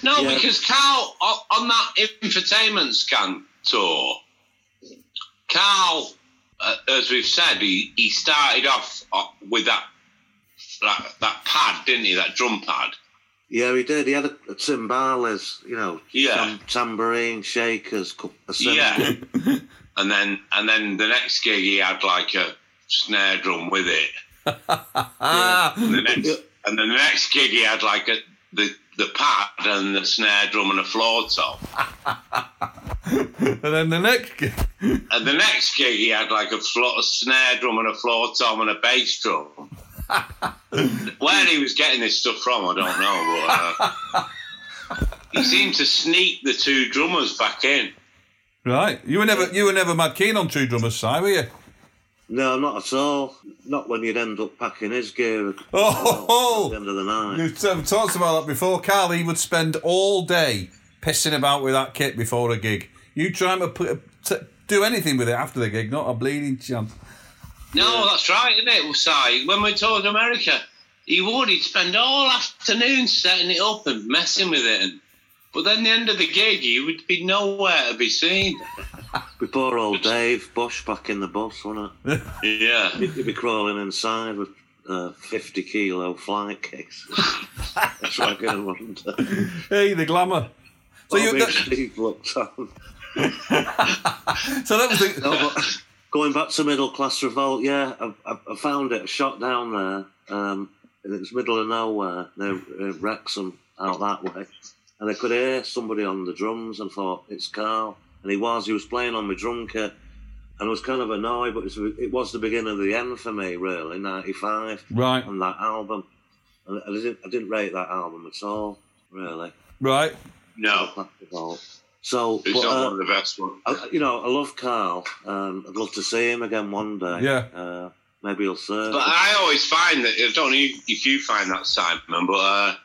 B: No, because Carl o- on that infotainment scan tour, Carl, uh, as we've said, he, he started off uh, with that that, that pad, didn't he? That drum pad.
C: Yeah, he did. He had a, a timbales, you know,
B: Yeah.
C: tam- tambourine, shakers, cu- a cymbal.
B: Yeah. and then and then the next gig he had like a snare drum with it. and, the next, and then the next gig he had like a the the pad and the snare drum and a floor tom.
A: And then the next [laughs] gig.
B: And the next gig he had like a, flo- a snare drum and a floor tom and a bass
C: [laughs]
B: drum. Where he was getting this stuff from, I don't know, but uh, he seemed to sneak the two drummers back in.
A: Right. You were never you were never mad keen on two drummers, Si, were you?
C: No, not at all. Not when you'd end up packing his gear at
A: Oh, ho, ho.
C: the end of the night.
A: You've um, talked about that before. Carl, he would spend all day pissing about with that kit before a gig. You try and put, t- do anything with it after the gig, not a bleeding chance.
B: No, that's right, isn't it, Si? When we toured America, he would. He'd spend all afternoon setting it up and messing with it. And, but then the end of the gig, he would be nowhere to be seen.
C: With poor old Dave Bush back in the bus, wasn't it?
B: Yeah.
C: He'd be crawling inside with uh, 50 kilo flight kicks.
A: [laughs]
C: That's what I'm going to wonder.
A: Hey, the glamour. So, you,
C: Big
A: that,
C: Steve looks on.
A: so that was the.
C: [laughs] No, but going back to middle class revolt, yeah, I, I, I found it. I shot down there. Um, and it was middle of nowhere near uh, Wrexham, out that way. And I could hear somebody on the drums and thought, it's Carl. And he was, he was playing on my drum kit. And I was kind of annoyed, but it was, it was the beginning of the end for me, really, 95.
A: Right.
C: On that album. And I didn't, I didn't rate that album at all, really.
A: Right.
B: No,
C: Class Revolt. So,
B: it's
C: but,
B: not
C: uh,
B: one of the best ones.
C: I, you know, I love Carl. Um, I'd love to see him again one day.
A: Yeah.
C: Uh, maybe he'll serve.
B: But I always find that, I don't know if you find that, Simon, but uh,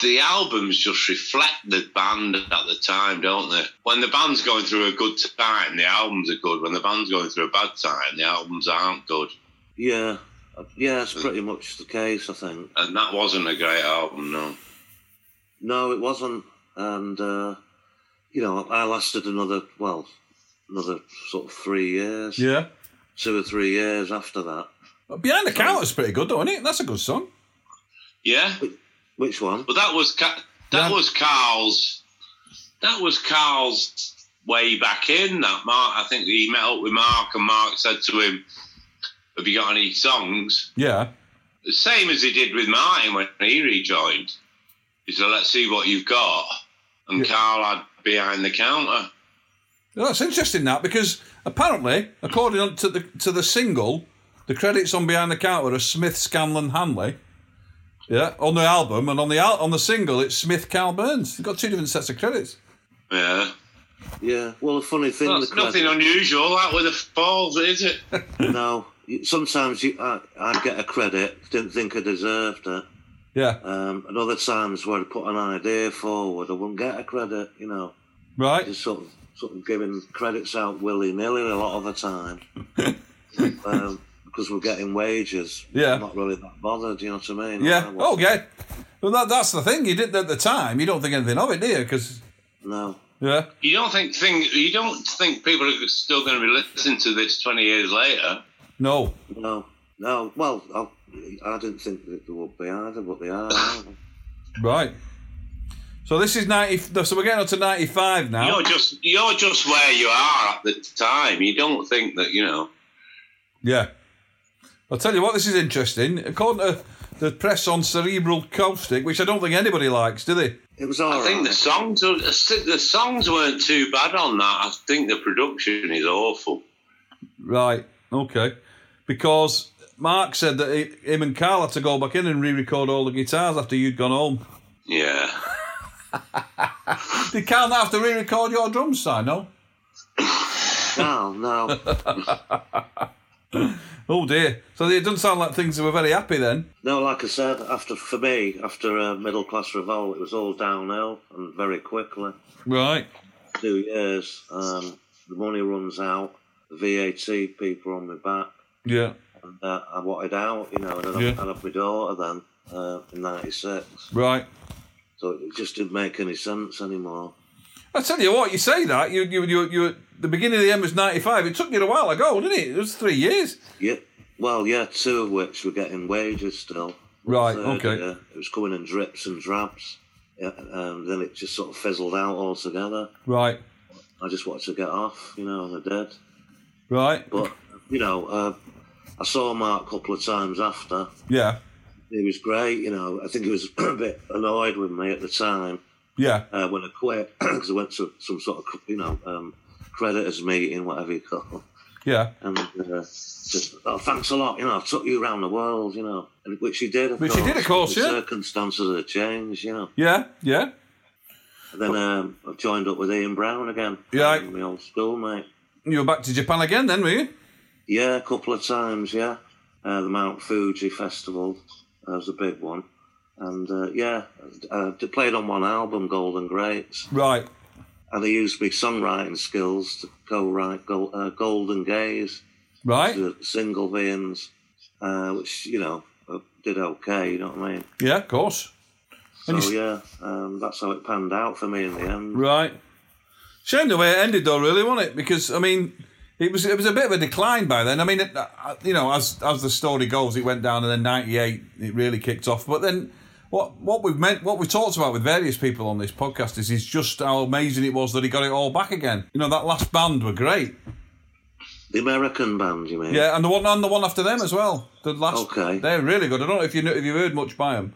B: the albums just reflect the band at the time, don't they? When the band's going through a good time, the albums are good. When the band's going through a bad time, the albums aren't good.
C: yeah. Uh, Yeah, it's pretty much the case, I think.
B: And that wasn't a great album, no.
C: No, it wasn't. And, uh, you know, I lasted another, well, another sort of three years.
A: Yeah.
C: Two or three years after that.
A: Behind the counter's pretty good, don't it? That's a good song.
B: Yeah,
C: Which one?
B: but that was Ca- that
A: Yeah.
B: was Carl's. That was Carl's way back in. That Mark, I think he met up with Mark, and Mark said to him, "Have you got any songs?"
A: Yeah.
B: The same as he did with Martin when he rejoined. He said, "Let's see what you've got." And Carl had behind the counter.
A: Well, that's interesting that because apparently, according to the to the single, the credits on Behind the Counter are Smith, Scanlon, Hanley. Yeah, on the album and on the al- on the single, it's Smith, Cal Burns. They've got two different sets of credits.
B: Yeah,
C: Yeah. Well, the funny thing.
B: that's
C: the
B: nothing
C: credit-
B: unusual. That with the falls, is it?
C: [laughs] No. You- Sometimes you, I, I'd get a credit, didn't think I deserved it.
A: Yeah,
C: Um, and other times where I put an idea forward, I wouldn't get a credit, you know.
A: right.
C: just sort of sort of giving credits out willy nilly a lot of
A: [laughs]
C: the time um, because we're getting wages.
A: Yeah.
C: I'm not really that bothered. You know what I mean?
A: Yeah.
C: I
A: Oh,
C: wasn't-
A: yeah. Well, that, that's the thing. You did at the time. You don't think anything of it, do you? Because
C: No.
A: yeah,
B: You don't think thing you don't think people are still going to be listening to this twenty years later?
A: no.
C: No. No. Well, I, I didn't think that they would be either, but they are. aren't they?
A: Right. So this is ninety. So we're getting up to ninety-five now.
B: You're just you're just where you are at the time. You don't think that you know.
A: Yeah. I'll tell you what, this is interesting. According to the press on Cerebral Caustic, which I don't think anybody likes, do they?
C: It was all
B: I think the
C: right.
B: songs are, I think the songs weren't too bad on that. I think the production is awful.
A: Right, okay. Because Mark said that he, him and Carl had to go back in and re record all the guitars after you'd gone home.
B: Yeah,
A: Did Carl not have to re record your drums, I know?
C: Carl, no,
A: Oh dear. So it doesn't sound like things were very happy then.
C: no. Like I said, after for me, after a middle class revolt, it was all downhill and very quickly.
A: Right.
C: Two years, um, the money runs out. The VAT people on my back.
A: Yeah.
C: uh, I wanted out, you know, and then
A: Yeah.
C: I, I had my daughter then uh, in '96,
A: Right.
C: so it just didn't make any sense anymore.
A: I tell you what, you say that. You, you, you, you, the beginning of the end was 95. It took you a while ago, didn't it? It was three years.
C: Yeah, Well, yeah, two of which were getting wages still.
A: Right,
C: So,
A: okay.
C: yeah, it was coming in drips and drabs. Yeah, um, then it just sort of fizzled out altogether.
A: Right,
C: I just wanted to get off, you know, and I did.
A: right.
C: But, you know, uh, I saw Mark a couple of times after.
A: Yeah,
C: He was great, you know. I think he was [clears throat] a bit annoyed with me at the time
A: yeah,
C: uh, when I quit [clears throat] because I went to some sort of, you know, um, creditors meeting, whatever you call it.
A: yeah.
C: and uh, just oh, thanks a lot. You know, I took you around the world. You know, and, which he did. Of
A: Which he
C: course.
A: did, of course,
C: The
A: yeah.
C: Circumstances had changed. You know,
A: Yeah, yeah.
C: and then um, I joined up with Ian Brown again.
A: Yeah.
C: um, my old schoolmate.
A: You were back to Japan again then, were you?
C: Yeah, a couple of times. Yeah, uh, the Mount Fuji Festival that was a big one, and uh, yeah, uh, I played on one album, Golden Greats,
A: Right.
C: and I used my songwriting skills to co-write Gol- uh, Golden Gaze.
A: Right.
C: the single veins, uh, which you know uh, did okay. You know what I mean?
A: Yeah, of course.
C: So
A: And you
C: yeah, um, that's how it panned out for me in the end.
A: Right. Shame the way it ended, though, really, wasn't it? Because I mean, it was it was a bit of a decline by then. I mean, it, uh, you know, as as the story goes, it went down, and then '98 it really kicked off. But then, what what we've meant, what we've talked about with various people on this podcast is is just how amazing it was that he got it all back again. You know, that last band were great.
C: The American band, you mean?
A: Yeah, and the one and the one after them as well. The last,
C: Okay.
A: they're really good. I don't know if you kn- if you've heard much by them.